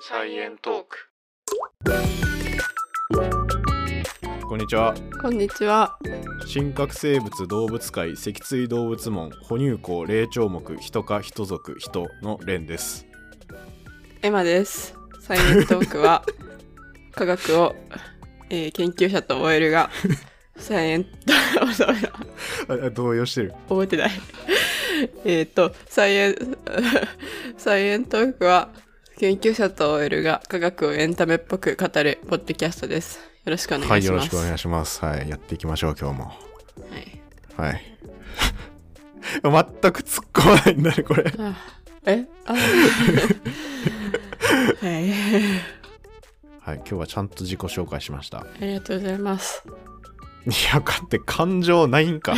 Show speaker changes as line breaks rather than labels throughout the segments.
サイエントーク
こんにちは
こんにちは
新核生物動物界脊椎動物門哺乳綱霊長目人科人族人の蓮です
エマですサイエントー クは科学を、えー研究者と思えるが サイエント ダメだ
ああ動揺してる
覚えてない えっとサイエン サイエントークは研究者と OL が科学をエンタメっぽく語るポッドキャストですよろしくお願いし
は
ま
い
す
よろしくお願いしますはいやっていきましょう今日も
はい
はい 全く突っ込まないんだねこれ
あえあはい
はい今日はちゃんと自己紹介しました
ありがとうございます
いやかって感情ない んか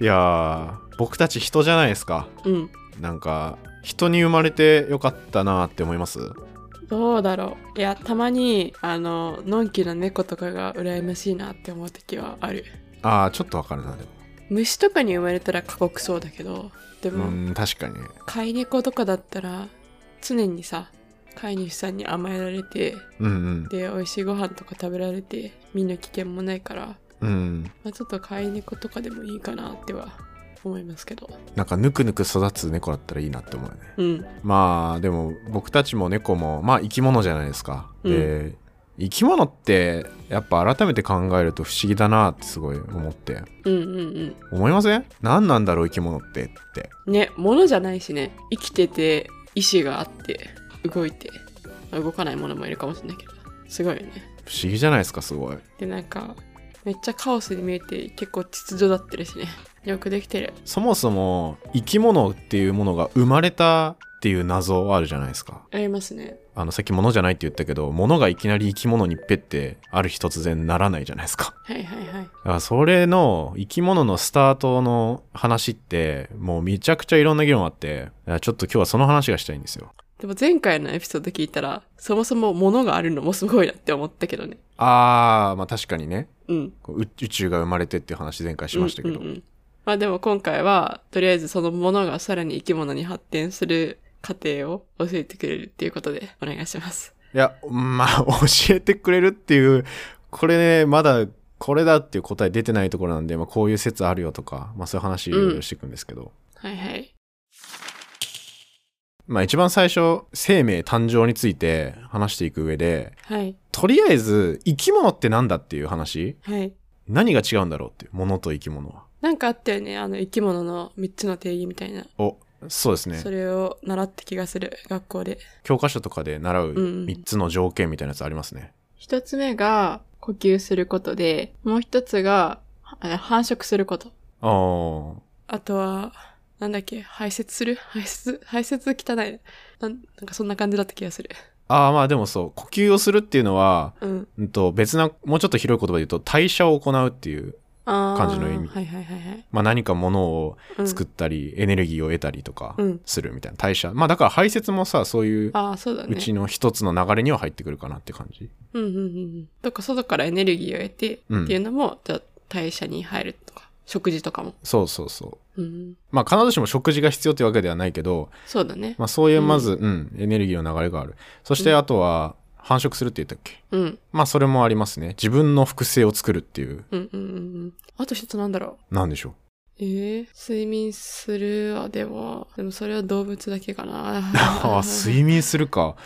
いやー僕たち人じゃないですか
うん
なんか人に生まれてよかったなって思います
どうだろういやたまにあののんきな猫とかが羨ましいなって思う時はある
ああちょっとわかるなでも
虫とかに生まれたら過酷そうだけどで
う
も、
ん確かにね
飼い猫とかだったら常にさ飼い主さんに甘えられて
うん
で美味しいご飯とか食べられて身の危険もないから、
うんうん
まあ、ちょっと飼い猫とかでもいいかなっては思いますけど
なんかぬくぬく育つ猫だったらいいなって思うよね
うん
まあでも僕たちも猫もまあ生き物じゃないですか、で生き物ってやっぱ改めて考えると不思議だなってすごい思って
うんうん
思いません何なんだろう生き物ってって
うんね物じゃないしね生きてて意志があって動いてまあ動かないものもいるかもしれないけどすごいよね
不思議じゃないですかすごい
でなんかめっちゃカオスに見えて結構秩序だってるしねよくできてる
そもそも生き物っていうものが生まれたっていう謎はあるじゃないですか
ありますね
あのさっき物じゃないって言ったけど物がいきなり生き物にペッてある日突然ならないじゃないですか
はいはいはい
だからそれの生き物のスタートの話ってもうめちゃくちゃいろんな議論あってだからちょっと今日はその話がしたいんですよ
でも前回のエピソード聞いたらそもそも物があるのもすごいなって思ったけどね
あーまあ確かにね
うん
こう宇宇宙が生まれてっていう話前回しましたけど、
うんうんうんまあでも今回はとりあえずそのものがさらに生き物に発展する過程を教えてくれるっていうことでお願いします
いやまあ 教えてくれるっていうこれねまだこれだっていう答え出てないところなんで、まあ、こういう説あるよとか、まあ、そういう話いろいろしていくんですけど、
はいはい
まあ一番最初生命誕生について話していく上で
はい
とりあえず生き物ってなんだっていう話
はい
何が違うんだろうっていうものと生き物は
なんかあったよねあの生き物の3つの定義みたいな、
おそうですね
それを習った気がする学校で
教科書とかで習う
うん
3つの条件みたいなやつありますね、
一つ目が呼吸することで、もう一つがあ繁殖すること。
あー
あとは、なんだっけ、排泄する排泄、排泄汚いね。なんなんかそんな感じだった気がする。
あーまあでもそう呼吸をするっていうのは、
うん。
うん、と別なもうちょっと広い言葉で言うと代謝を行うっていう、
あー
感じの意味
はいはいはいはい。
まあ、何かものを
うん、
作ったり、エネルギーを得たりとか
うん
するみたいな代謝まあだから排泄もさそういう
ああ、そうだね。
うちの一つの流れには入ってくるかなって感じ
うんうんうんうん。とか外からエネルギーを得てって
うん
いうのも、じゃあ代謝に入るとか、食事とかも。
そうそうそう
うん。
まあ必ずしも食事が必要ってわけではないけど、
そうだね。
まあ、そういう
うん
まず、うんエネルギーの流れがあるそしてあとは繁殖するって言ったっけ
うん。
まあそれもありますね自分の複製を作るっていう
うんうんうんうん。あと一つなんだろう。
なんでしょう
ええ睡眠するはでも、でもそれは動物だけかな。
ああ睡眠するか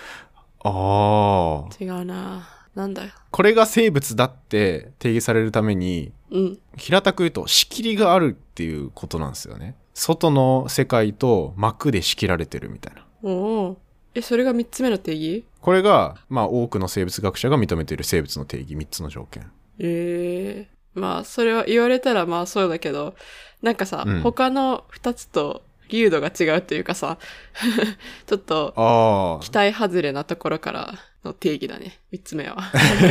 ああ
違うな。なんだよ。
これが生物だって定義されるために
うん。
平たく言うと仕切りがあるっていうことなんですよね外の世界と膜で仕切られてるみたいな
おお。え、それが三つ目の定義
これがまあ多くの生物学者が認めている生物の定義3つの条件
ええまあ、それは言われたらまあそうだけど、なんかさ、
うん
他の二つと流度が違うというかさ、 ちょっと
ああ
期待外れなところからの定義だね。三つ目 は。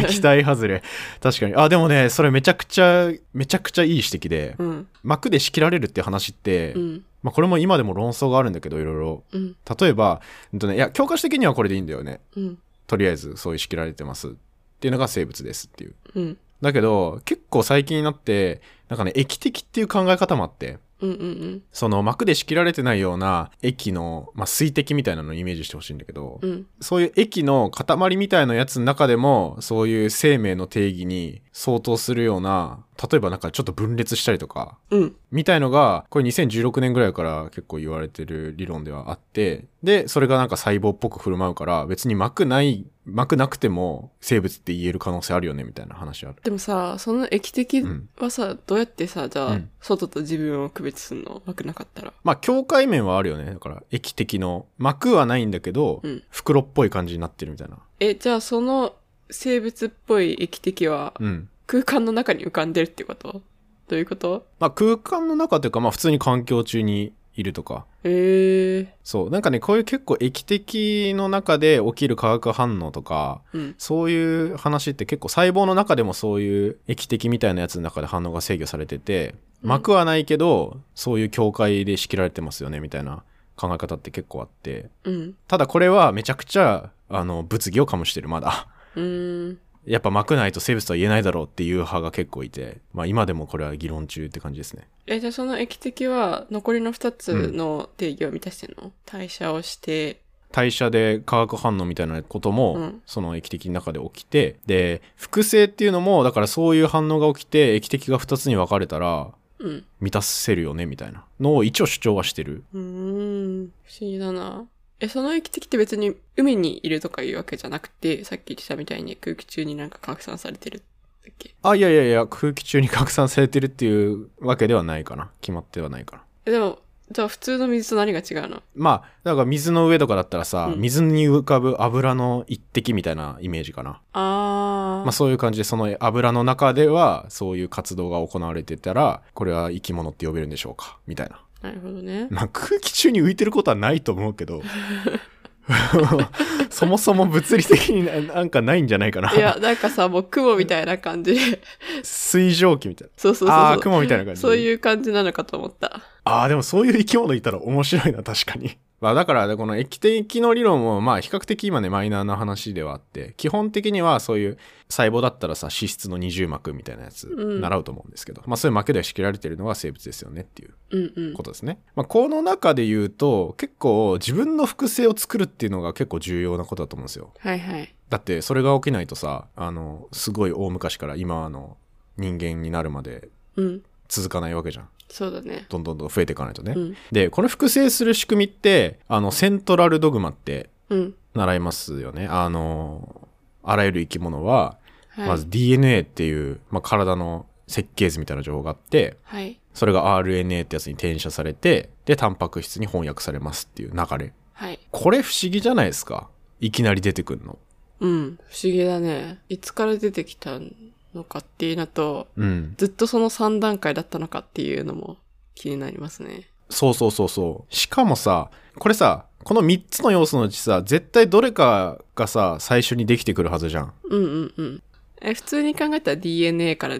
期待外れ確かにあでもねそれめちゃくちゃめちゃくちゃいい指摘で、
うん。
膜で仕切られるって話って、
うん。
まあ、これも今でも論争があるんだけどいろいろ
うん。
例えば、うんとね、いや教科書的にはこれでいいんだよね
うん。
とりあえずそういう仕切られてますっていうのが生物ですっていう
うん。
だけど、結構最近になって、なんかね、駅的っていう考え方もあって、
うんうん
その膜で仕切られてないような駅の、まあ、水滴みたいなのをイメージしてほしいんだけど、
うん。うん。
そういう駅の塊みたいなやつの中でも、そういう生命の定義に相当するような、例えばなんかちょっと分裂したりとか、
うん。
みたいのが、これ2016年ぐらいから結構言われてる理論ではあって、で、それがなんか細胞っぽく振る舞うから、別に膜ない、膜なくても生物って言える可能性あるよね、みたいな話ある。
でもさ、その液滴
うん
はさ、どうやってさ、じゃあ、
うん
外と自分を区別するのうくなかったら。
まあ、境界面はあるよね。だから、液的の。膜はないんだけど、
うん
袋っぽい感じになってるみたいな。
え、じゃあその生物っぽい液滴は
うん。
空間の中に浮かんでるってことどういうこと
まあ、空間の中というか、まあ、普通に環境中にいるとか。
ええ
そう。なんかね、こういう結構液的の中で起きる化学反応とか、
うん。
そういう話って結構細胞の中でもそういう液滴みたいなやつの中で反応が制御されてて
うん
膜はないけどそういう境界で仕切られてますよねみたいな考え方って結構あって
うん。
ただこれはめちゃくちゃあの物議を醸してるまだ
うーん。
やっぱ膜ないと生物とは言えないだろうっていう派が結構いてまあ今でもこれは議論中って感じですね
え、じゃあその液滴は残りの2つの定義を満たしてんの、代謝をして、
代謝で化学反応みたいなこと
う
も
ん
その液滴の中で起きてで複製っていうのもだからそういう反応が起きて液滴が2つに分かれたら
うん。
満たせるよねみたいなのを一応主張はしてる
うーん。不思議だな。え、その液滴って別に海にいるとかいうわけじゃなくて、さっき言ってたみたいに空気中になんか拡散されてるだっけ
あいやいやいや空気中に拡散されてるっていうわけではないかな決まってはないかな
えでも、じゃあ普通の水と何が違うの
まあだから水の上とかだったらさ、
うん
水に浮かぶ油の一滴みたいなイメージかな、
あー。
まあ、そういう感じでその油の中ではそういう活動が行われてたらこれは生き物って呼べるんでしょうかみた いな
なるほど ね。
まあ空気中に浮いてることはないと思うけど そもそも物理的にななんかないんじゃないかない
や、なんかさ、もう雲みたいな感じで。
水蒸気みたいな
そうそうそうそう。
ああー雲みたいな感じ
そういう感じなのかと思った。
ああ、でもそういう生き物いたら面白いな、確かに。 まあだから、この液的の理論も、まあ比較的今ね、マイナーな話ではあって、基本的にはそういう細胞だったらさ、脂質の二重膜みたいなやつ、
うん
習うと思うんですけど、まあそういう膜で仕切られてるのが生物ですよねっていう
うんうん
こ。とですね。まあこの中で言うと、結構自分の複製を作るっていうのが結構重要なことだと思うんですよ。
はいはい。
だってそれが起きないとさ、あの、すごい大昔から今の人間になるまで
うん。
続かないわけじゃん。
そうだね。
どんどんどん増えていかないとね。
うん。
で、この複製する仕組みって、あの、セントラルドグマって
うん。
習いますよね。あの、あらゆる生き物は、
はい。
まず DNA っていう、まあ、体の設計図みたいな情報があって、
はい。
それが RNA ってやつに転写されて、で、タンパク質に翻訳されますっていう流れ。
はい。
これ不思議じゃないですか。いきなり出てくるの。
うん。不思議だね。いつから出てきたのかっていうのと、
うん。
ずっとその3段階だったのかっていうのも気になりますね。
そうそうそうそう。しかもさ、これさ、この3つの要素のうちさ、絶対どれかがさ、最初にできてくるはずじゃん。
うんうんうん。え、普通に考えたら DNA から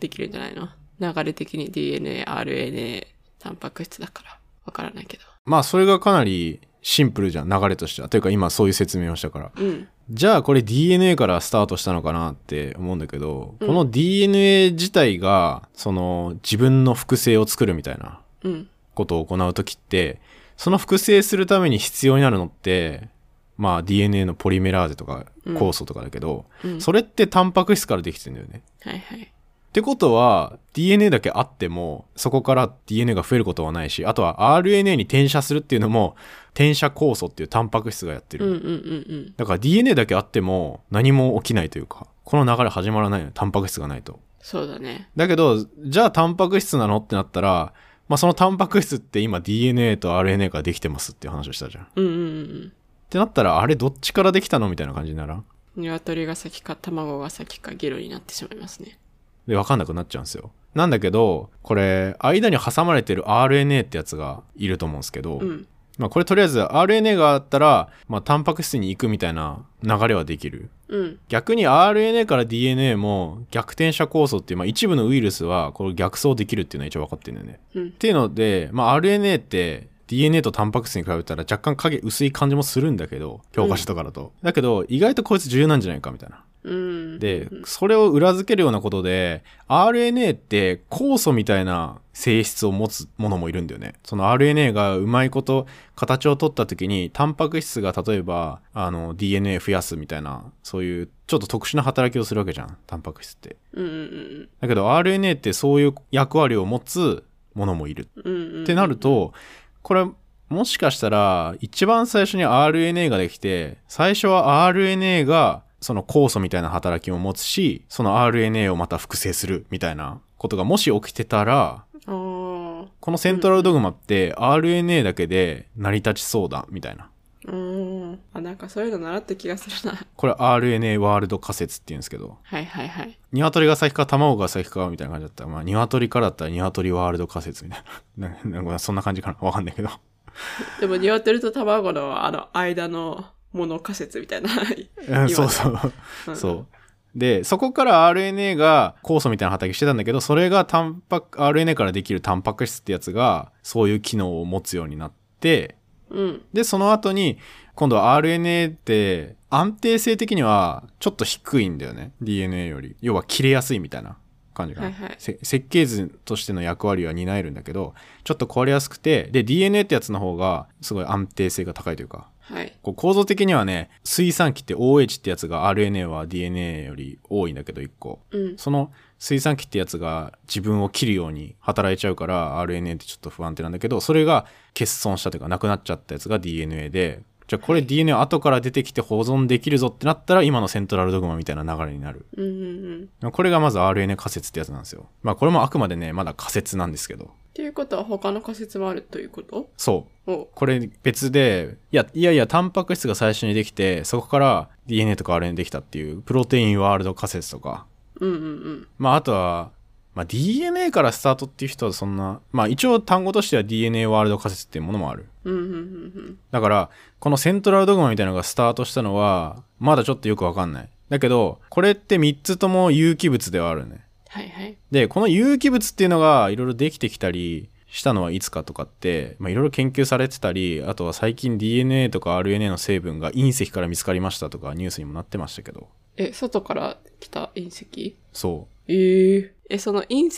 できるんじゃないの流れ的に DNA、RNA、タンパク質だから。わからないけど。
まあそれがかなりシンプルじゃん流れとしてはというか今そういう説明をしたから
うん。
じゃあこれ DNA からスタートしたのかなって思うんだけど、
うん
この DNA 自体がその自分の複製を作るみたいな
うん。
ことを行う時ってその複製するために必要になるのってまあ DNA のポリメラーゼとか
うん
酵素とかだけど、
うん。
それってタンパク質からできてんだよね。
はいはい。
ってことは DNA だけあってもそこから DNA が増えることはないしあとは RNA に転写するっていうのも転写酵素っていうタンパク質がやって
う
る、
んうんうん
だから DNA だけあっても何も起きないというかこの流れ始まらないのよタンパク質がないと
そうだね。
だけどじゃあタンパク質なのってなったらまあそのタンパク質って今 DNA と RNA からできてますっていう話をしたじゃんっ
うんうん
てなったらあれどっちからできたのみたいな感じにならん
うん。鶏が先か卵が先かゲロになってしまいますね。
で分かんなくなっちゃうんですよなんだけどこれ間に挟まれてる RNA ってやつがいると思うんですけど、
うん。
まあこれとりあえず RNA があったら、まあ、タンパク質に行くみたいな流れはできる
うん。
逆に RNA から DNA も逆転射酵素っていう、まあ、一部のウイルスはこれ逆走できるっていうのは一応分かってるんだよね
うん
っ。ていうので、まあ、RNA って DNA とタンパク質に比べたら若干影薄い感じもするんだけど教科書とかだと、だけど意外とこいつ重要なんじゃないかみたいな
うん。
で、それを裏付けるようなことで、RNA って酵素みたいな性質を持つものもいるんだよね。その RNA がうまいこと形を取った時に、タンパク質が例えば、あの、DNA 増やすみたいな、そういうちょっと特殊な働きをするわけじゃん、タンパク質って。
うんうん
だけど RNA ってそういう役割を持つものもいる。
うんうんうん。
ってなると、これ、もしかしたら、一番最初に RNA ができて、最初は RNA が、その酵素みたいな働きを持つし、その RNA をまた複製するみたいなことがもし起きてたら、
あー。
このセントラルドグマって RNA だけで成り立ちそうだ、みたいな。
うん。あ、なんかそういうの習った気がするな。
これ RNA ワールド仮説って言うんですけど、
はいはいはい。
鶏が先か卵が先かみたいな感じだったら、まあ、鶏からだったら鶏ワールド仮説みたいな。 ななんかそんな感じかなわかんないけど。
でも、鶏と卵のあの、間のもの仮説みたいな。
うん そうそう。
うん
そう。で、そこから RNA が酵素みたいな働きしてたんだけど、それがタンパク、RNA からできるタンパク質ってやつが、そういう機能を持つようになって、
うん。
で、その後に、今度は RNA って安定性的にはちょっと低いんだよね。DNA より。要は切れやすいみたいな感じかな。
はいはい
せ設計図としての役割は担えるんだけど、ちょっと壊れやすくて、で、DNA ってやつの方がすごい安定性が高いというか、
はい。
こう構造的にはね、水産期って OH ってやつが RNA は DNA より多いんだけど1個。
うん。
その水産期ってやつが自分を切るように働いちゃうから RNA ってちょっと不安定なんだけど、それが欠損したというかなくなっちゃったやつが DNA で、じゃあこれ DNA 後から出てきて保存できるぞってなったら今のセントラルドグマみたいな流れになる。
うんうんうん。っ
これがまず RNA 仮説ってやつなんですよ。まあこれもあくまでね、まだ仮説なんですけど。
ていうことは他の仮説もあるということ
そう。
お
これ別でいやいやいやタンパク質が最初にできてそこから DNA とか RNA できたっていうプロテインワールド仮説とか
うんうんうん。
まああとは、まあ、DNA からスタートっていう人はそんなまあ一応単語としては DNA ワールド仮説っていうものもある
うんうんうん
だからこのセントラルドグマみたいなのがスタートしたのはまだちょっとよくわかんないだけどこれって3つとも有機物ではあるね
はいはい。
でこの有機物っていうのがいろいろできてきたりしたのはいつかとかってまあいろいろ研究されてたりあとは最近 DNA とか RNA の成分が隕石から見つかりましたとかニュースにもなってましたけど
え、外から来た隕石
そ
えええ、その隕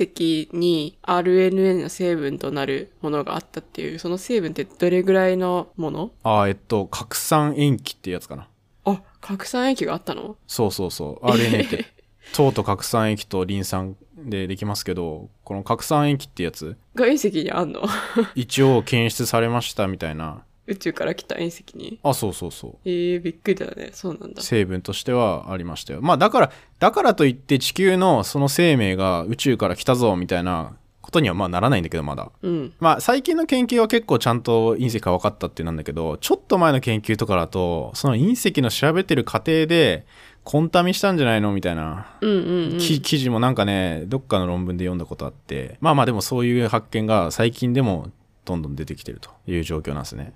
石に RNA の成分となるものがあったっていう、その成分ってどれぐらいのもの
うあーえっと核酸塩基ってやつかな
あ、核酸液があったの
そうそうそう RNA って糖と核酸液とリン酸でできますけどこの核酸塩基ってやつ
が隕石にあんの
一応検出されましたみたいな
宇宙から来た隕石に。
あそうそうそう
ええびっくりだね。そうなんだ。
成分としてはありましたよまあだからだからといって地球のその生命が宇宙から来たぞみたいなことにはまあならないんだけどまだ
うん。
まあ最近の研究は結構ちゃんと隕石が分かったってなんだけどちょっと前の研究とかだとその隕石の調べてる過程でコンタミしたんじゃないのみたいな、
うんうんうん。
き記事もなんかねどっかの論文で読んだことあってまあまあでもそういう発見が最近でもどんどん出てきてるという状況なんですね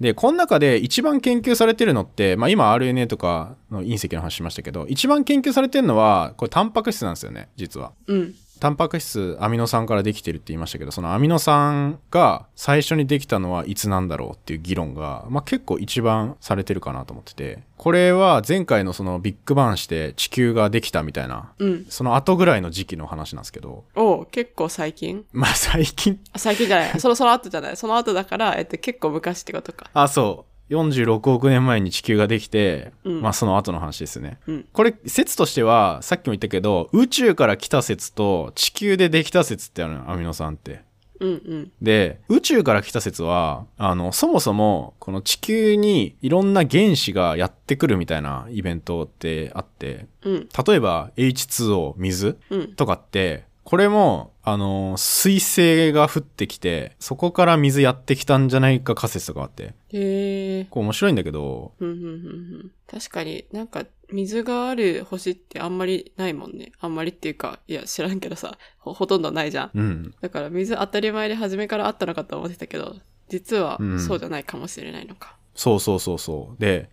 で、この中で一番研究されてるのって、まあ今 RNA とかの隕石の話しましたけど、一番研究されてるのは、これタンパク質なんですよね、実は。
うん。
タンパク質、アミノ酸からできてるって言いましたけど、そのアミノ酸が最初にできたのはいつなんだろうっていう議論が、まあ結構一番されてるかなと思ってて、これは前回のそのビッグバンして地球ができたみたいな、
うん。
その後ぐらいの時期の話なんですけど、
おう結構最近
まあ最近
あ最近じ ゃない。そろそろ後じゃない。その後だから、えっと、結構昔ってことか。
あ、そう。46億年前に地球ができて、
うん
まあその後の話ですね。
うん
これ、説としては、さっきも言ったけど、宇宙から来た説と地球でできた説ってあるのよアミノ酸って。
うんうん。
で、宇宙から来た説は、あの、そもそも、この地球にいろんな原子がやってくるみたいなイベントってあって、
うん。
例えば H2O、水
うん。
とかって、これも、あの、水星が降ってきて、そこから水やってきたんじゃないか仮説とかあって、
へえ。
こう面白いんだけど、
うんうんうんうん。確かになんか水がある星ってあんまりないもんね。あんまりっていうか、いや知らんけどさ、ほほとんどないじゃん。
うん。
だから水当たり前で初めからあったのかと思ってたけど、実は
うん
そうじゃないかもしれないのか。
そうそうそうそう。で、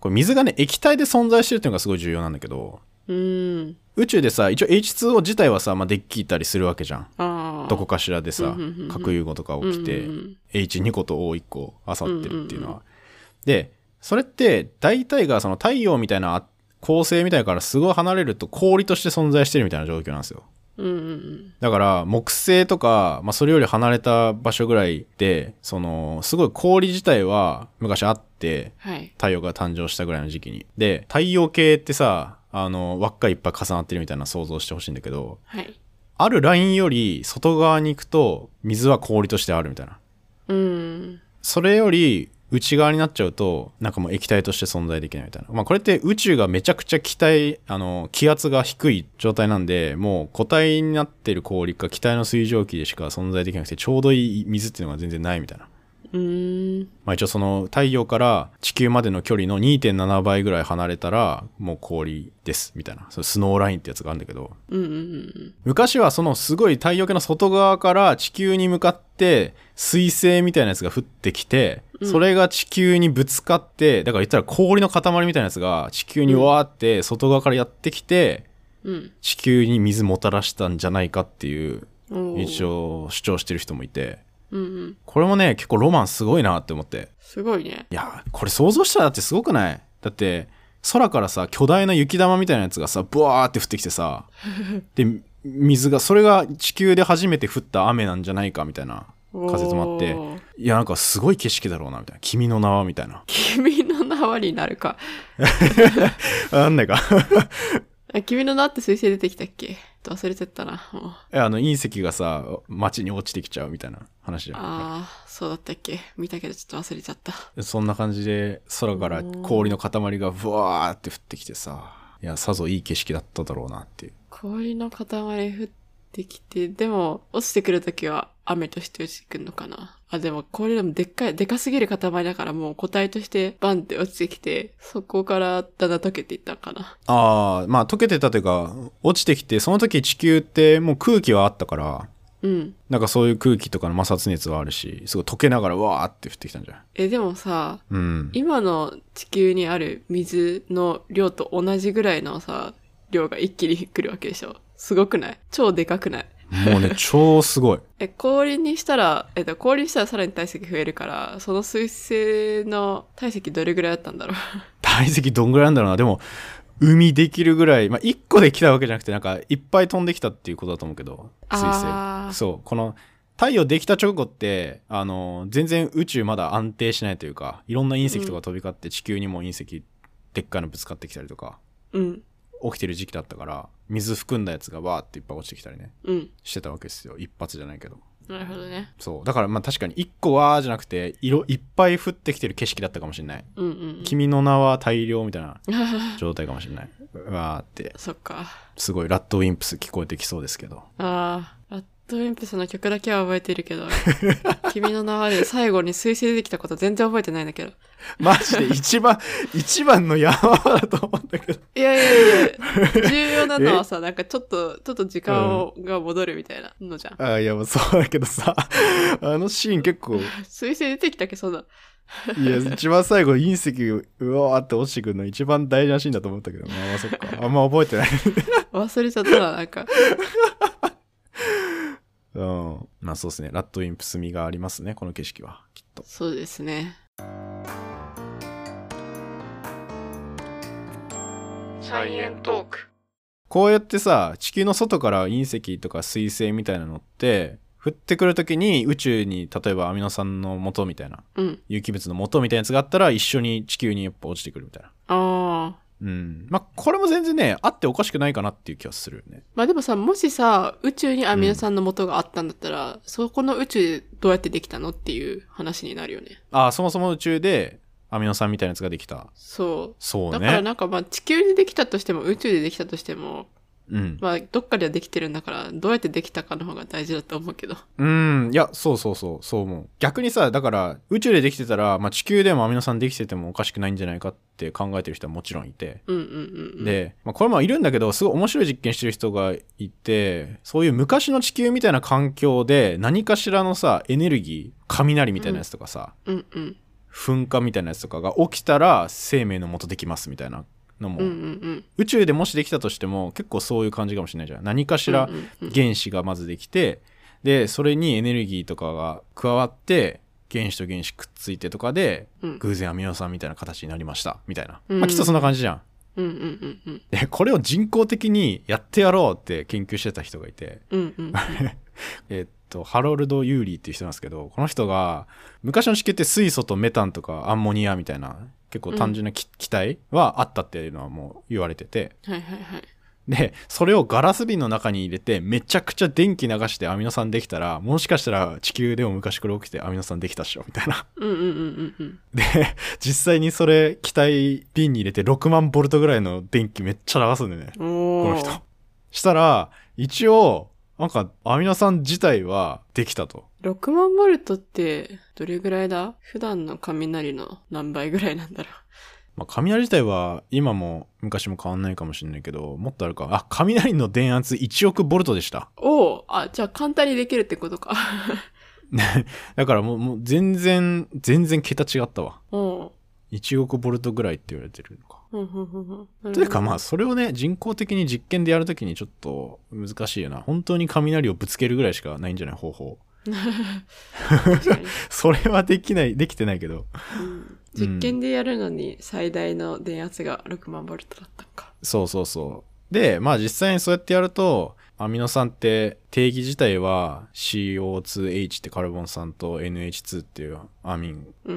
これ水がね、液体で存在してるっていうのがすごい重要なんだけど、
うーん。
宇宙でさ、一応 H2O 自体はさ、まあ、できたりするわけじゃん。
ああ。
どこかしらでさ
うんうんうんうん、
核融合とか起きて
うんうん、
H2 個と O1 個あさってるっていうのは。で、それって大体がその太陽みたいな構成みたいからすごい離れると氷として存在してるみたいな状況なんですよ。
うんうん
だから木星とか、まあ、それより離れた場所ぐらいでそのすごい氷自体は昔あって
はい
太陽が誕生したぐらいの時期にで太陽系ってさあの輪っかいっぱい重なってるみたいな想像してほしいんだけど
はい
あるラインより外側に行くと水は氷としてあるみたいな
うん
それより内側になっちゃうとなんかもう液体として存在できないみたいな、まあ、これって宇宙がめちゃくちゃ気体あの気圧が低い状態なんでもう固体になってる氷か気体の水蒸気でしか存在できなくてちょうどいい水っていうのが全然ないみたいな、
うん
まあ、一応その太陽から地球までの距離の2.7倍ぐらい離れたらもう氷ですみたいなそのスノーラインってやつがあるんだけど
うんうんうん
昔はそのすごい太陽系の外側から地球に向かって水星みたいなやつが降ってきて、
うん
それが地球にぶつかってだから言ったら氷の塊みたいなやつが地球にわーって外側からやってきて
うん
地球に水もたらしたんじゃないかっていう
おー
一応主張してる人もいて
うんうん
これもね結構ロマンすごいなって思って
すごいね
いやこれ想像したらだってすごくないだって空からさ巨大な雪玉みたいなやつがさブワーって降ってきて さで水がそれが地球で初めて降った雨なんじゃないかみたいな仮説もあって
おー
いやなんかすごい景色だろうなみたいな「君の名は」みたいな
君の名はになるか
なんだか
あ君の名って彗星出てきたっけ忘れちゃったなもう
あの隕石がさ街に落ちてきちゃうみたいな話じゃん
ああそうだったっけ見たけどちょっと忘れちゃった
そんな感じで空から氷の塊がブワーって降ってきてさいやさぞいい景色だっただろうなっていう
氷の塊降ってきて、でも、落ちてくるときは雨として落ちてくるのかな。あ、でも氷でもでっかい、でかすぎる塊だからもう個体としてバンって落ちてきて、そこからだんだん溶けていったのかな。
ああ、まあ溶けてたというか、落ちてきて、その時地球ってもう空気はあったから、
うん。
なんかそういう空気とかの摩擦熱はあるし、すごい溶けながらわーって降ってきたんじゃない
え、でもさ、
うん。
今の地球にある水の量と同じぐらいのさ、量が一気に来るわけでしょ。すごくない超でかくない
もうね、超すごい。
え、氷にしたら、えっと、氷にしたらさらに体積増えるから、その水星の体積どれぐらいあったんだろう
体積どんぐらいなんだろうな。でも、海できるぐらい、まあ1個で来たわけじゃなくて、なんかいっぱい飛んできたっていうことだと思うけど、水
あー
星。そう、この、太陽できた直後って、あの、全然宇宙まだ安定しないというか、いろんな隕石とか飛び交って地球にも隕石、でっかいのぶつかってきたりとか、
うん。
起きてる時期だったから水含んだやつがわーっていっぱい落ちてきたりね
うん。
してたわけですよ一発じゃないけど
なるほどね。
そうだからまあ確かに1個わーじゃなくて色いっぱい降ってきてる景色だったかもしれない
うんうん
君の名は大量みたいな
うん。
状態かもしれないわーって
そっか。
すごいラッドウィンプス聞こえてきそうですけど
ああ、ラッドウィンプスの曲だけは覚えてるけど、君の名はで最後に彗星出てきたこと全然覚えてないんだけど。
マジで一番一番の山だと思うんだけど
いやいやいや、重要なのはさ、なんかちょっと、ちょっと時間をが戻るみたいなのじゃん。
あーいやまあそうだけどさあのシーン結構
彗星出てきたっ け、そんな。
いや、一番最後、隕石、うわーって落ちてくるの一番大事なシーンだと思ったけど、まあまあそっか。あんま覚えてない。
忘れちゃったな、なんか。
うん。まあそうですね。ラッドウィンプス味がありますね、この景色は。きっと。
そうですね。サイエントーク。
こうやってさ、地球の外から隕石とか彗星みたいなのって、降ってくるときに宇宙に、例えばアミノ酸の元みたいな、
うん。
有機物の元みたいなやつがあったら、一緒に地球にやっぱ落ちてくるみたいな。
ああ。
うん。まあこれも全然ね、あっておかしくないかなっていう気はするよね。
まあでもさ、もしさ、宇宙にアミノ酸の元があったんだったら、そこの宇宙どうやってできたのっていう話になるよね。
ああ、そもそも宇宙でアミノ酸みたいなやつができた。
そ。
そうう
だ
ね。
からなんかまあ地球でできたとしても宇宙でできたとしても、
うん。
まあどっかではできてるんだから、どうやってできたかの方が大事だと思うけど。
うん、いや、そうそうそう、そう思う。逆にさ、だから、宇宙でできてたら、まあ、地球でもアミノ酸できててもおかしくないんじゃないかって考えてる人はもちろんいて。
うんうんうんうん。、
で、まあ、これもいるんだけど、すごい面白い実験してる人がいて、そういう昔の地球みたいな環境で、何かしらのさ、エネルギー、雷みたいなやつとかさ、
うんうん。
噴火みたいなやつとかが起きたら、生命のもとできますみたいなのも、
うんうんうん。
宇宙でもしできたとしても、結構そういう感じかもしれないじゃん。何かしら、
うんうんうん
原子がまずできてでそれにエネルギーとかが加わって原子と原子くっついてとかで、
うん
偶然アミノ酸みたいな形になりました、みたいな。
うん
まあ、きっとそんな感じじゃん。
うんうんうんうん。
で、これを人工的にやってやろうって研究してた人がいて、
うんうん。
えっと、ハロルド・ユーリーっていう人なんですけど、この人が、昔の地球って水素とメタンとかアンモニアみたいな、結構単純な気,、気体はあったっていうのはもう言われてて、
はいはいはい。
で、それをガラス瓶の中に入れて、めちゃくちゃ電気流してアミノ酸できたら、もしかしたら地球でも昔これ起きてアミノ酸できたっしょ、みたいな。
うんうんうんうん
で、実際にそれ、気体瓶に入れて6万ボルトぐらいの電気めっちゃ流すんだよね。
うん。お
こ
ー
の人。したら、一応、なんか、アミノ酸自体はできたと。
6万ボルトって、どれぐらいだ普段の雷の何倍ぐらいなんだろ
まあ、雷自体は今も昔も変わんないかもしれないけど、もっとあるか。あ、雷の電圧1億ボルトでした。
う。おーあ、じゃあ簡単にできるってことか。
だからもう、もう全然、全然桁違ったわ。
おー
1億ボルトぐらいって言われてるのか。
うんうんうんうん。
というかまあ、それをね、人工的に実験でやるときにちょっと難しいよな。本当に雷をぶつけるぐらいしかないんじゃない方法。
確かに
それはできない、できてないけど。
うん実験でやるのに最大の電圧が6万ボルトだったのか。
そうそうそう。で、まあ実際にそうやってやると、アミノ酸って定義自体は CO2H ってカルボン酸と NH2 っていうアミン
うんうんう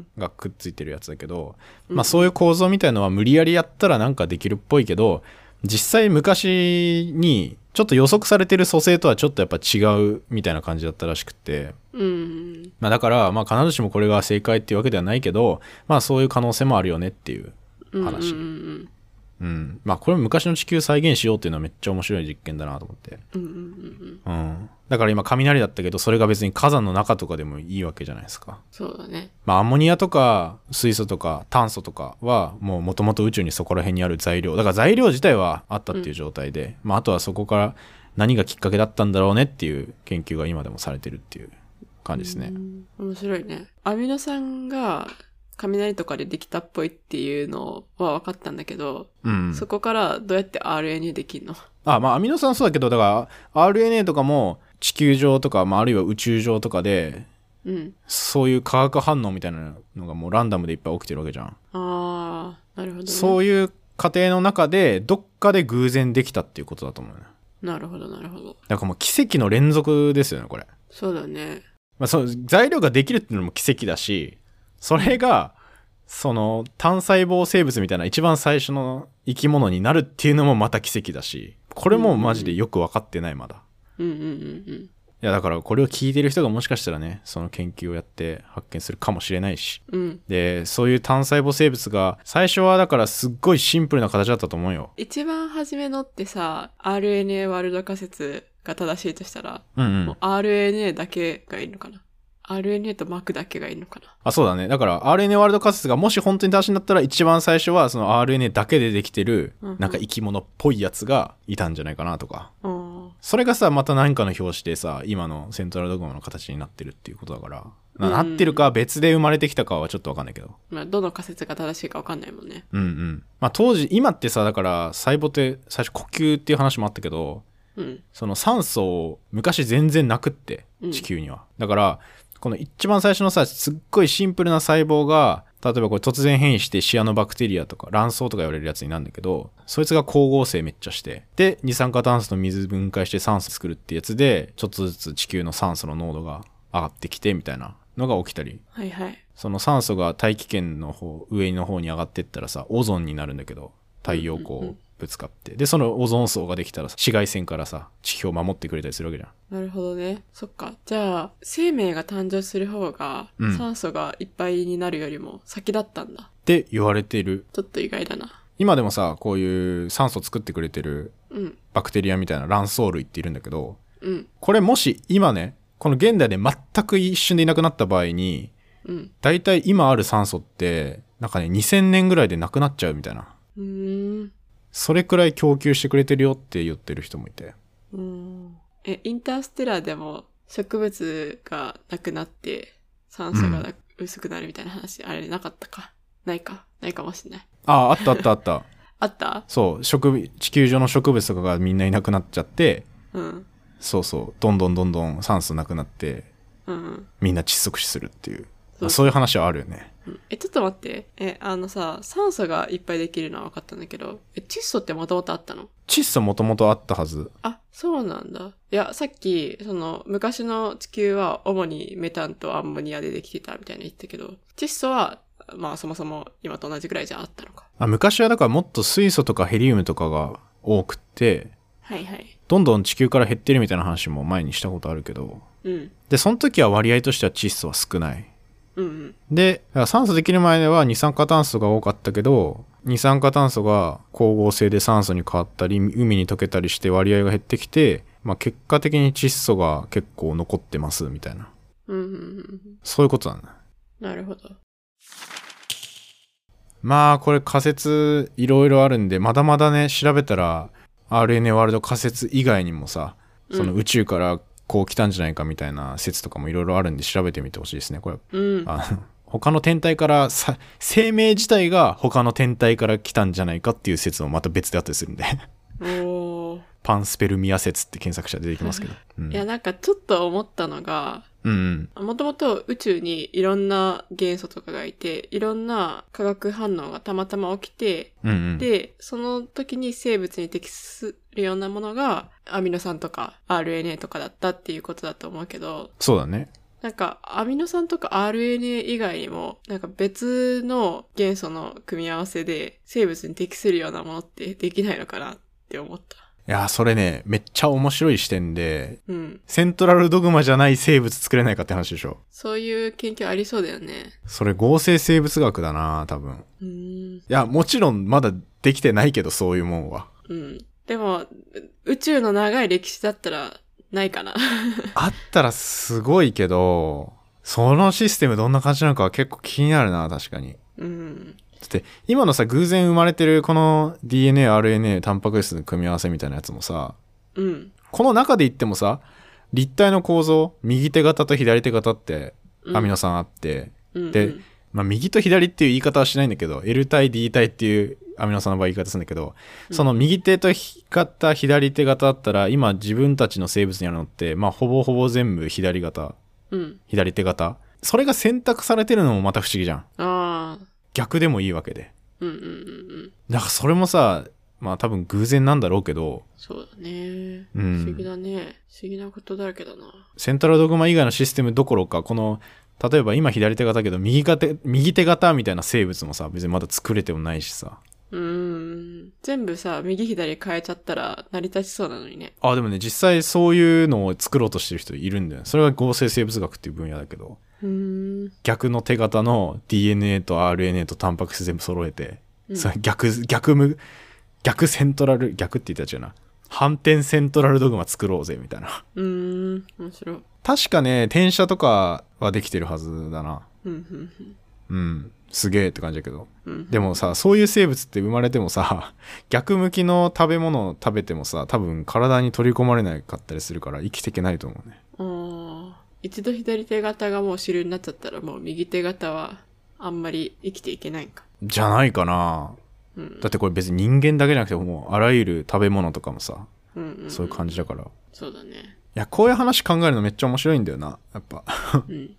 ん。
がくっついてるやつだけど、
うん
まあそういう構造みたいのは無理やりやったらなんかできるっぽいけど、実際昔にちょっと予測されてる組成とはちょっとやっぱ違うみたいな感じだったらしくて、
うん
まあだからまあ必ずしもこれが正解っていうわけではないけど、まあそういう可能性もあるよねっていう
うん。
話
うんうん
うん。まあこれも昔の地球再現しようっていうのはめっちゃ面白い実験だなと思って。
うん。うんうんうん。
うん。だから今雷だったけど、それが別に火山の中とかでもいいわけじゃないですか。
そうだね。
まあアンモニアとか水素とか炭素とかはもうもともと宇宙にそこら辺にある材料。だから材料自体はあったっていう状態で、まああとはそこから何がきっかけだったんだろうねっていう研究が今でもされてるっていう感じですね
う。ん面白いね。アミノ酸が雷とかでできたっぽいっていうのは分かったんだけど、
うん。
そこからどうやって RNA できるの
あ、まあ、アミノ酸そうだけど、だから、RNA とかも地球上とか、まあ、あるいは宇宙上とかで、
うん。
そういう化学反応みたいなのがもうランダムでいっぱい起きてるわけじゃん。
ああ、なるほど、ね。
そういう過程の中で、どっかで偶然できたっていうことだと思うね。
なるほど、なるほど。
だからもう奇跡の連続ですよね、これ。
そうだね。
まあ、その材料ができるっていうのも奇跡だし、それが、その単細胞生物みたいな一番最初の生き物になるっていうのもまた奇跡だし、これもマジでよく分かってない、まだ。
うんうんうん
いやだからこれを聞いてる人がもしかしたらねその研究をやって発見するかもしれないし
うん。うん。
でそういう単細胞生物が最初はだからすっごいシンプルな形だったと思うよ
一番初めのってさ、RNA ワールド仮説が正しいとしたら、
うんう
もうん RNA だけがいいのかな ?RNA と膜だけがいいのかな
あそうだねだから RNA ワールド仮説がもし本当に正しいんだったら一番最初はその RNA だけでできてる
うんうん
なんか生き物っぽいやつがいたんじゃないかなとか
あー
それがさまた何かの表紙でさ今のセントラルドグマの形になってるっていうことだからな
うん
なってるか別で生まれてきたかはちょっとわかんないけど
まあ、どの仮説が正しいか分かんないもんね。
うんうん。まあ当時、今ってさ、だから細胞って最初呼吸っていう話もあったけど、
うん。
その酸素を昔全然なくって
う、ん
地球には。だから、この一番最初のさ、すっごいシンプルな細胞が、例えばこれ突然変異してシアノバクテリアとか卵巣とか言われるやつになるんだけど、そいつが光合成めっちゃして、で、二酸化炭素と水分解して酸素作るってやつで、ちょっとずつ地球の酸素の濃度が上がってきてみたいなのが起きたり
はいはい。
その酸素が大気圏の方上の方に上がってったらさオゾンになるんだけど太陽
うんうんう
光
ん
ぶつかって、でそのオゾン層ができたらさ紫外線からさ地表を守ってくれたりするわけじゃん
なるほどね。そっか。じゃあ、生命が誕生する方が
うん、
酸素がいっぱいになるよりも先だったんだ。
って言われてる
ちょっと意外だな。
今でもさこういう酸素作ってくれてる
うん。
バクテリアみたいな卵巣類っているんだけど
うん。
これもし今ねこの現代で全く一瞬でいなくなった場合に
うん。
大体今ある酸素ってなんかね2000年ぐらいでなくなっちゃうみたいな
うーん。
それくらい供給してくれてるよって言ってる人もいて
うーん。え、インターステラーでも植物がなくなって酸素がな薄くなるみたいな話、あれなかったか。ないか。ないかもしれない。
あああったあったあった
あった
そう植地球上の植物とかがみんないなくなっちゃって
うん。
そうそうどんどんどんどん酸素なくなって
うん。
みんな窒息死するっていう、ま
そ
あ
う
そういう話はあるよね
うんえ、ちょっと待って。え、あのさ、酸素がいっぱいできるのは分かったんだけど、え、窒素ってもともとあったの
窒素もともとあったはず
あ、そうなんだ。いや、さっき、その、昔の地球は主にメタンとアンモニアでできてたみたいな言ったけど、窒素は、まあそもそも今と同じくらいじゃあったのか。
あ昔はだからもっと水素とかヘリウムとかが多くて
はいはい。
どんどん地球から減ってるみたいな話も前にしたことあるけど
うん。
でその時は割合としては窒素は少ない
うんうん。
でだから酸素できる前では二酸化炭素が多かったけど二酸化炭素が光合成で酸素に変わったり海に溶けたりして割合が減ってきて、まあ、結果的に窒素が結構残ってますみたいな
うんうんうんうん。
そういうことなんだ
なるほど。
まあこれ仮説いろいろあるんでまだまだね調べたら RNA ワールド仮説以外にもさその
うん
宇宙からこう来たんじゃないかみたいな説とかもいろいろあるんで調べてみてほしいですねこれ
うん。
あの他の天体からさ生命自体が他の天体から来たんじゃないかっていう説もまた別であったりするんで
おー。
パンスペルミア説って検索したら出てきますけど、うん、
いや、なんかちょっと思ったのが、
うんうん
もともと宇宙にいろんな元素とかがいて、いろんな化学反応がたまたま起きて、
うんうん
で、その時に生物に適するようなものがアミノ酸とか RNA とかだったっていうことだと思うけど、
そうだね
なんかアミノ酸とか RNA 以外にも、なんか別の元素の組み合わせで生物に適するようなものってできないのかなって思った。
いやそれねめっちゃ面白い視点で
うん。
セントラルドグマじゃない生物作れないかって話でしょ
そういう研究ありそうだよね。
それ合成生物学だな多分
うーん。
いやもちろんまだできてないけどそういうもんは
うん。でも、宇宙の長い歴史だったらないかな。
あったらすごいけどそのシステムどんな感じなのかは結構気になるな確かに
うん。
だって今のさ偶然生まれてるこの DNARNA タンパク質の組み合わせみたいなやつもさ
うん。
この中で言ってもさ立体の構造右手型と左手型って
うん
アミノ酸あって、
うん、
で
うん
まあ、右と左っていう言い方はしないんだけど L 対 D 対っていうアミノ酸の場合言い方するんだけど、
うん
その右手と方左手型だったら今自分たちの生物にあるのって、まあ、ほぼほぼ全部左型
うん。
左手型それが選択されてるのもまた不思議じゃん
ああ。
逆でもいいわけで
うんうんうんうん。
だからそれもさまあ多分偶然なんだろうけど、
そうだね。
う
不思
ん、
議だね。不思議なことだらけだな。
セントラルドグマ以外のシステムどころかこの例えば今左手型だけど右か手右手型みたいな生物もさ別にまだ作れてもないしさ
うーん。全部さ、右左変えちゃったら成り立ちそうなのにね。
あでもね実際そういうのを作ろうとしてる人いるんだよねそれが合成生物学っていう分野だけど
うーん。
逆の手型の DNA と RNA とタンパク質全部揃えて、
うん
それ逆逆無逆セントラル逆って言ったやつやな反転セントラルドグマ作ろうぜみたいな
うーん。面白い。
確かね転写とかはできてるはずだな
うんうんうん
うんすげえって感じだけど
うん。
でもさそういう生物って生まれてもさ 逆向きの食べ物を食べてもさ多分体に取り込まれなかったりするから生きていけないと思うね
ああ。一度左手型がもう主流になっちゃったら、もう右手型はあんまり生きていけないんか。
じゃないかな
うん。
だってこれ別に人間だけじゃなくてもうあらゆる食べ物とかもさ
うんうんん
そういう感じだから、い
そうだね。
やこういう話考えるのめっちゃ面白いんだよなやっぱ
うん。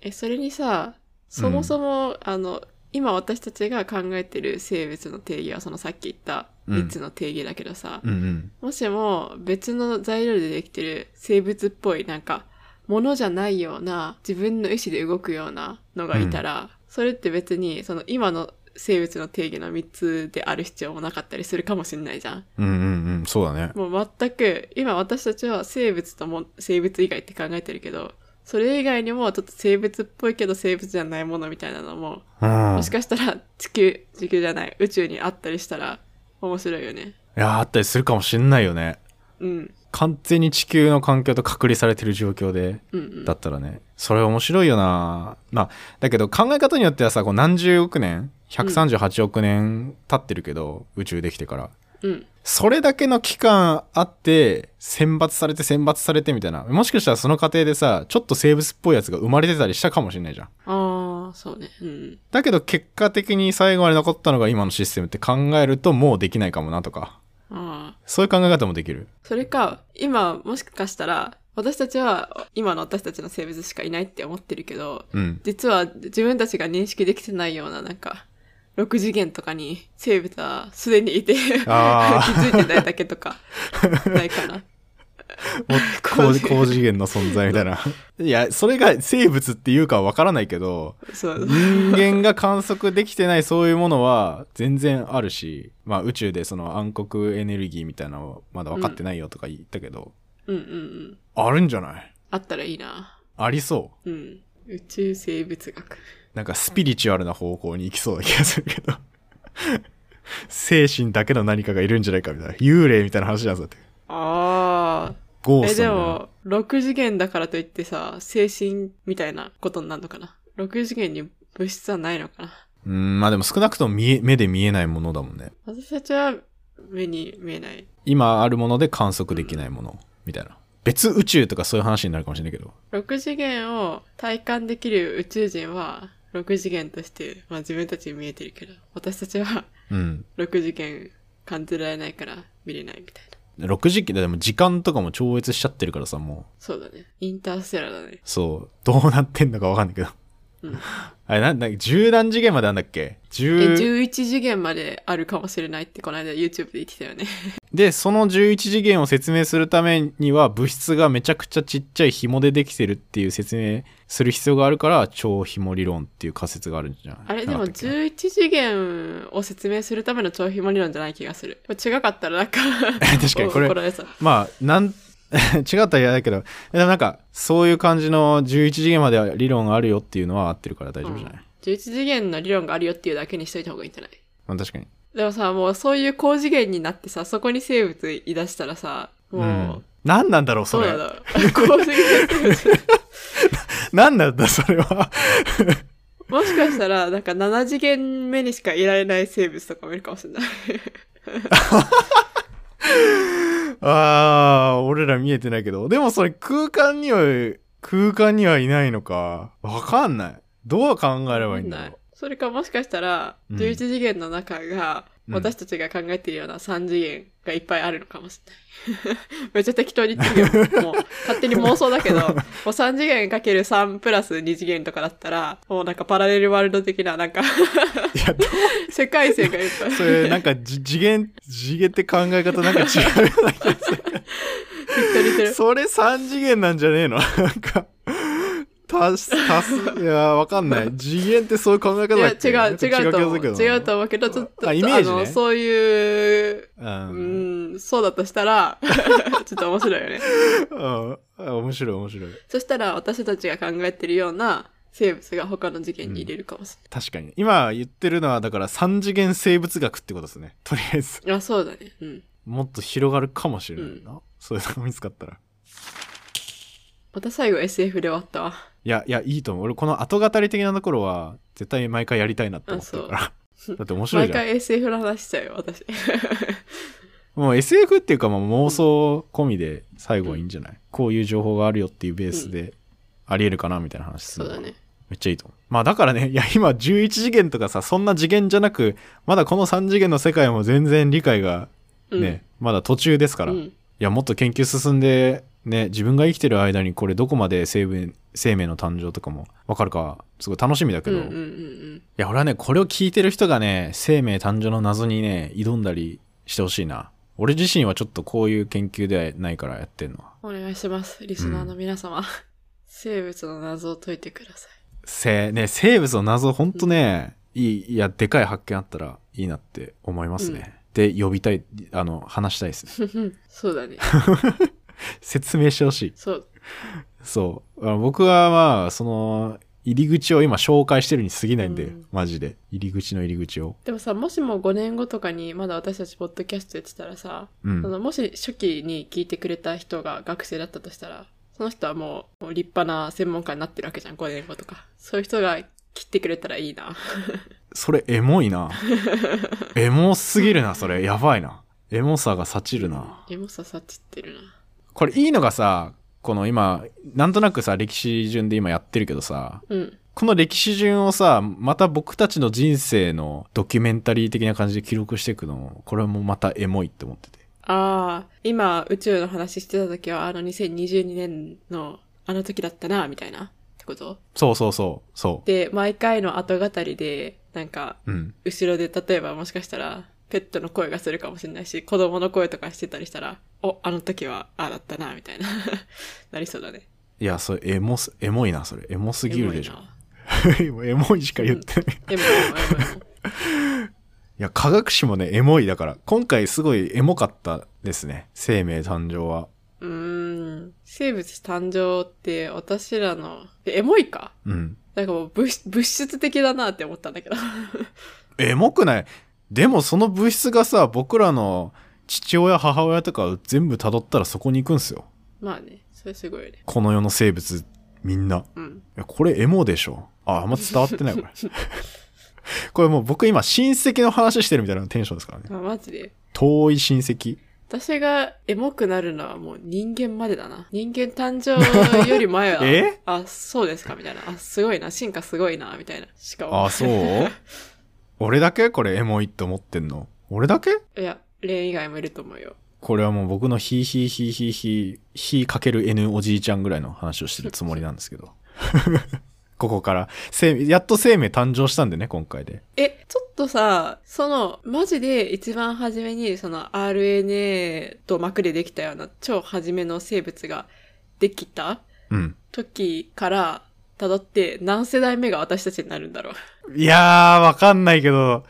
え、それにさ、そもそも、あの、今私たちが考えてる生物の定義は、そのさっき言った
うん
3つの定義だけどさ、
うんうん
もしも別の材料でできてる生物っぽい、なんか、ものじゃないような、自分の意思で動くようなのがいたら、それって別に、その今の生物の定義の3つである必要もなかったりするかもしれないじゃん。
うんうんうんそうだね
もう全く、今私たちは生物とも、生物以外って考えてるけど、それ以外にもちょっと生物っぽいけど生物じゃないものみたいなのも、
うん
もしかしたら地球、地球じゃない、宇宙にあったりしたら面白いよね。
いやあったりするかもしんないよね
うん。
完全に地球の環境と隔離されてる状況で
うんうん。
だったらねそれ面白いよなまあだけど考え方によってはさこう何十億年138億年経ってるけど、宇宙できてから
うん。
それだけの期間あって選抜されて選抜されてみたいなもしかしたらその過程でさちょっと生物っぽいやつが生まれてたりしたかもしれないじゃん
ああ、そうね。うん。
だけど結果的に最後まで残ったのが今のシステムって考えるともうできないかもなとか
ああ。
そういう考え方もできる
それか、今もしかしたら私たちは今の私たちの生物しかいないって思ってるけど、
うん。
実は自分たちが認識できてないようななんか、6次元とかに生物はすでにいて、 気
あー
づいてないだけとか、ないかな。
もう高次高次元の存在みたいな。いや、それが生物っていうかはわからないけど、
そう。
人間が観測できてないそういうものは全然あるし、まあ宇宙でその暗黒エネルギーみたいなのはまだ分かってないよとか言ったけど、
うんうんうん。
あるんじゃない
あったらいいな。
ありそう。
うん。宇宙生物学。
なんかスピリチュアルな方向に行きそうな気がするけど。精神だけの何かがいるんじゃないかみたいな。幽霊みたいな話なんですよだって。
ああ。
ゴー
え、
ストみたいな。
でも、6次元だからといってさ、精神みたいなことになるのかな。6次元に物質はないのかな。
うん、まあでも少なくとも見え目で見えないものだもんね。
私たちは目に見えない。
今あるもので観測できないもの、みたいな。別宇宙とかそういう話になるかもしれないけど。
6次元を体感できる宇宙人は、6次元として、まあ自分たちに見えてるけど、私たちは
うん。
6次元感じられないから見れないみたいな。
6時期でも時間とかも超越しちゃってるからさ、もう。
そうだね。インターステラーだね。
そう。どうなってんのかわかんないけど。
うん
あれ、なんだ、十何次元まであんだっけ
え、
十
11次元まであるかもしれないってこの間 YouTube で言って たよね。
で、その11次元を説明するためには、物質がめちゃくちゃちっちゃい紐でできてるっていう説明する必要があるから、超紐理論っていう仮説があるんじゃない
あれで
なか
も
ったっけな
11次元を説明するための超ひも理論じゃない気がする。これ違かったらなんか
確かに これ
怒られそう。
まあ、なん、 違ったら嫌だけど、でもなんか、そういう感じの11次元までは理論があるよっていうのは合ってるから大丈夫じゃない、
11次元の理論があるよっていうだけにしといた方がいいんじゃない
まあ確かに。
でもさ、もうそういう高次元になってさ、そこに生物言い出したらさ、もう、
うん。何なんだろう、そ
そ
うれ。
だろう。高次元生物。
何なんだ、それは。
もしかしたら、なんか7次元目にしかいられない生物とかもいるかもしれない。
ああ、俺ら見えてないけど。でもそれ空間には、空間にはいないのか。わかんない。どう考えればいいんだろう。
それかもしかしたら、
うん
11次元の中が、
うん
私たちが考えているような3次元がいっぱいあるのかもしれない。 めっちゃ適当に言ってる よ。もう、勝手に妄想だけど、もう3次元かける3プラス2次元とかだったら、もうなんかパラレルワールド的な、なんか、
いや、ど
世界線がいっぱい。
うそれ、なんか、じ 次元、次元って考え方なんか違う ような気がす
適当に言って
る。
る。
それ3次元なんじゃねえの なんか、足す、足す、いや、わかんない。次元ってそういう考え方
いや、
だっけ
違う、違うと思う。
なんか
違う
う
と思うけど、ちょっと、
あイメージね
の、そうい
気がす
う、う
るけどな。うん。
ん、そうだとしたら、 ちょっと面白いよね。
うんあ面白い、面白い。
そしたら私たちが考えてるような生物が他の事件に入れるかもしれ
確かに。今言ってるのは、だから3次元生物学ってことですね。とりあえず。
ない。あ、そうだね。うん。
もっと広がるかもしれないな。そういうのが見つかったら。
また最後 SF で終わったわ。
いや、いや、いいと思う。俺、この後語り的なところは、絶対毎回やりたいなって思ってるから。 だって面白い
毎
じゃん。
回 SF の話しちゃうよ、私。
もう SF っていうか、まあ妄想込みで最後いいんじゃない、こういう情報があるよっていうベースで、ありえるかなみたいな話す
そ
る
う
のが
だね。
めっちゃいいと思う。まあだからね、いや今11次元とかさ、そんな次元じゃなく、まだこの3次元の世界も全然理解が
うん、
ね、まだ途中ですから、
うん
いやもっと研究進んでね自分が生きてる間にこれどこまで生命生命の誕生とかも分かるかすごい楽しみだけ
う
ど、
んうんうんう
い
ん。
や俺はねこれを聞いてる人がね生命誕生の謎にね挑んだりしてほしいな俺自身はちょっとこういう研究ではないからやってんのは
お願いします、リスナーの皆様。生物の謎を解いてください。
せね生物の謎ほんとね、いいいやでかい発見あったらいいなって思いますね、で呼びたいあの話したいですね
そうだね。
説明してほしい
そう。
そう。あの僕はまあ、その、入り口を今紹介してるに過ぎないんで、
うん
マジで。入り口の入り口を。
でもさ、もしも5年後とかにまだ私たちポッドキャストやってたらさ、
う
そ
ん。
のもし初期に聞いてくれた人が学生だったとしたら、その人はもうもう立派な専門家になってるわけじゃん、5年後とか。そういう人が切ってくれたらいいな。
それ、エモい な。エモすぎるな、それ。やばいな。エモさがさちるな。
でもさ、さちってるな。
これ、いいのがさ、この今、なんとなくさ、歴史順で今やってるけどさ、
うん。
この歴史順をさ、また僕たちの人生のドキュメンタリー的な感じで記録していくの、これもまたエモいって思ってて。
ああ、今宇宙の話してた時はあの2022年のあの時だったな、みたいな。ってこと
そうそうそう、そ
で、毎回の後語りで、なんか、
う。うん。
後ろで例えばもしかしたら、ペットの声がするかもしれないし、子供の声とかしてたりしたら、お、あの時は、ああだったな、みたいな、 なりそうだね。
いや、それ、エモす、エモいな、それ。エモすぎるでしょ
エモ
今
い。な
エモいしか言ってない。い
エモいエモいエモい
や、科学史もね、エモいだから、今回すごいエモかったですね。生命誕生は。
うーん。生物誕生って私らの、えエモいか
うん。
なんかもう物質物質的だなって思ったんだけど。
エモくないでもその物質がさ、僕らの父親、母親とかを全部辿ったらそこに行くんすよ。
まあね、それすごいよね。
この世の生物、みんな。い
うん。
やこれエモでしょ。あ、あんま伝わってない、これ。 これもう僕今親戚の話してるみたいなテンションですからね。
まあマジで。
遠い親戚。
私がエモくなるのはもう人間までだな。人間誕生より前は、
え
あ、そうですかみたいな。あ、すごいな。進化すごいな。みたいな。しかも。
あ、そう俺だけこれエモいって思ってんの。俺だけ
いや、レイ以外もいると思うよ。
これはもう僕のヒーヒーヒーヒーヒー、ヒーかける N おじいちゃんぐらいの話をしてるつもりなんですけ ど。ここから、生やっと生命誕生したんでね、今回で。
え、ちょっとさ、その、マジで一番初めに、その RNA と膜でできたような超初めの生物ができた
うん。
時から辿って何世代目が私たちになるんだろう。
いやー、わかんないけど、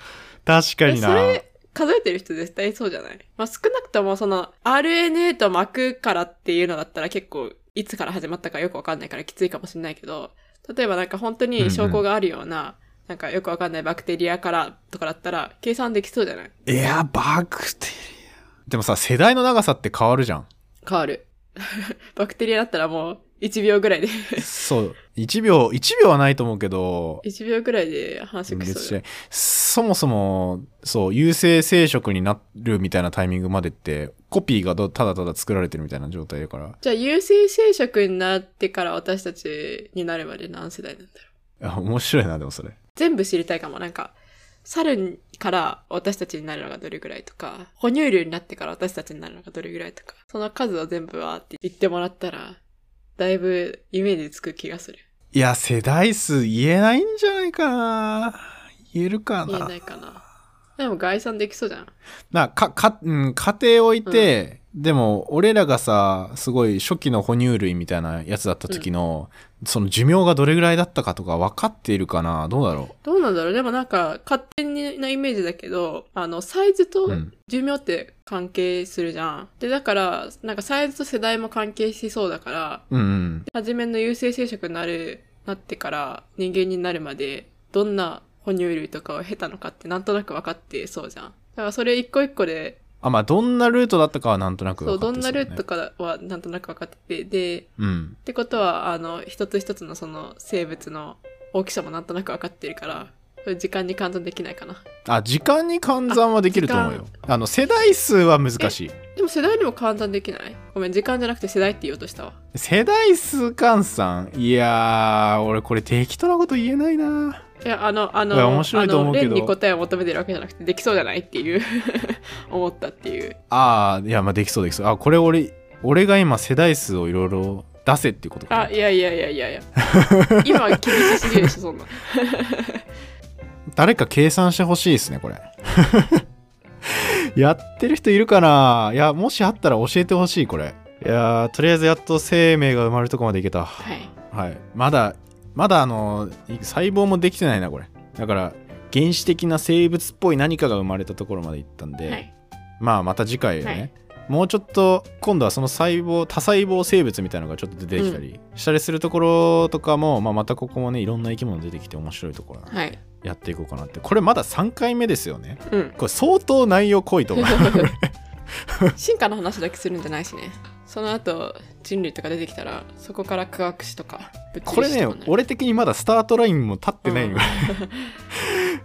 確か
え、
に
そ
な。
れ、数えてる人絶対そうじゃないまあ、少なくともその RNA と膜からっていうのだったら結構いつから始まったかよくわかんないからきついかもしれないけど、例えばなんか本当に証拠があるような、なんかよくわかんないバクテリアからとかだったら計算できそうじゃない
いやー、バクテリア。でもさ、世代の長さって変わるじゃん。
変わる。 バクテリアだったらもう1秒 ぐらいで、
そう。1秒、1秒はないと思うけど、
1秒ぐらいで繁殖し
別
そうよ
にそもそも、そう、有性生殖になるみたいなタイミングまでって、コピーがどただただ作られてるみたいな状態だから、
じゃあ、有性生殖になってから私たちになるまで何世代なんだろう
あ面白いな、でもそれ。
全部知りたいかも。なんか、猿から私たちになるのがどれぐらいとか、哺乳類になってから私たちになるのがどれぐらいとか、その数を全部わーって言ってもらったら、だいぶイメージつく気がする。
いや、世代数言えないんじゃないかな。言えるか
言え
な
な。いかな。でも概算できそうじゃん。
な、か、か、うん、家庭置いて、でも、俺らがさ、すごい初期の哺乳類みたいなやつだった時の、その寿命がどれぐらいだったかとか分かっているかな。どうだろ
どうなんだろうでもなんか、勝手なイメージだけど、あの、サイズと
うん
寿命って関係するじゃん。で、だから、なんかサイズと世代も関係しそうだから、
う。うん、うん。
初めの有性生殖になる、なってから人間になるまで、どんな哺乳類とかを経たのかってなんとなく分かってそうじゃん。だからそれ一個一個で、
あ、まあ、どんなルートだったかはなんとなく分
そう、
かっ
ど
て
ん
そ
な
うだね
ルートかはなんとなく分かってて、で、
うん。
ってことは、あの、一つ一つのその生物の大きさもなんとなく分かってるから、それ時間に換算できないかな。
あ、時間に換算はできると思うよ。あの、世代数は難しい。
でも世代にも換算できないごめん、時間じゃなくて世代って言おうとしたわ。
世代数換算いやー、俺これ適当なこと言えないない
や、あの、あ
いや
の、
面白いと思うけど
あの蓮に答えを求めてるわけじゃなくて、できそうじゃないっていう、 思ったっていう。
あー、いや、まあできそうできそう。あ、これ俺、俺が今世代数をいろいろ出せっていうことか
あ、
な。
いやいやいやいやいや。今は厳しすぎるでしょ、そんな。
誰か計算してほしいですね、これ。 やってる人いるかないや、もしあったら教えてほしい、これ。いやー、とりあえずやっと生命が生まれるとこまでいけた。
はい。
はい、まだまだあのい細胞もできてないなこれだから原始的な生物っぽい何かが生まれたところまで行ったんで、
はい。
まあまた次回ね、
はい
もうちょっと今度はその細胞多細胞生物みたいなのがちょっと出てきたりしたりするところとかも、まあ、またここもねいろんな生き物出てきて面白いところな
はい。
やっていこうかなってこれまだ3回目ですよね
うん。
これ相当内容濃いと思う
進化の話だけするんじゃないしね。その後、人類とか出てきたら、そこから科学史とか、物
これ
理史
ね
とかになる
俺的にまだスタートラインも立ってないの、
うん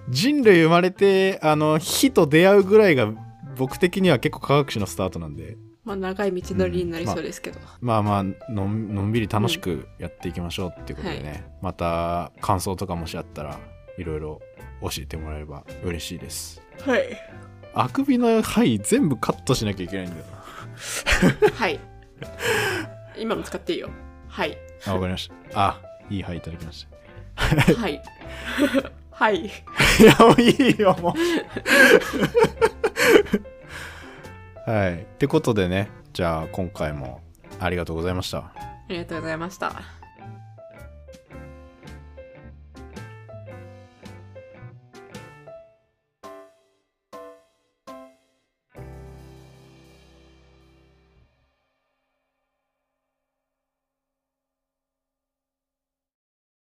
人類生まれてあの火と出会うぐらいが僕的には結構科学史のスタートなんで
まあ、長い道のりになりそうですけど。
まあまあのんのんびり楽しくやっていきましょうっていうことでね、また感想とかもしあったらいろいろ教えてもらえれば嬉しいです
はい。
あくびの範囲全部カットしなきゃいけないんだよな
はい。今の使っていいよ。 はい。
あわかりましたあいい範囲いただきました
はい。はい。
いや、もういいよ、もう。はい。ってことでね、じゃあ今回もありがとうございました。
ありがとうございました。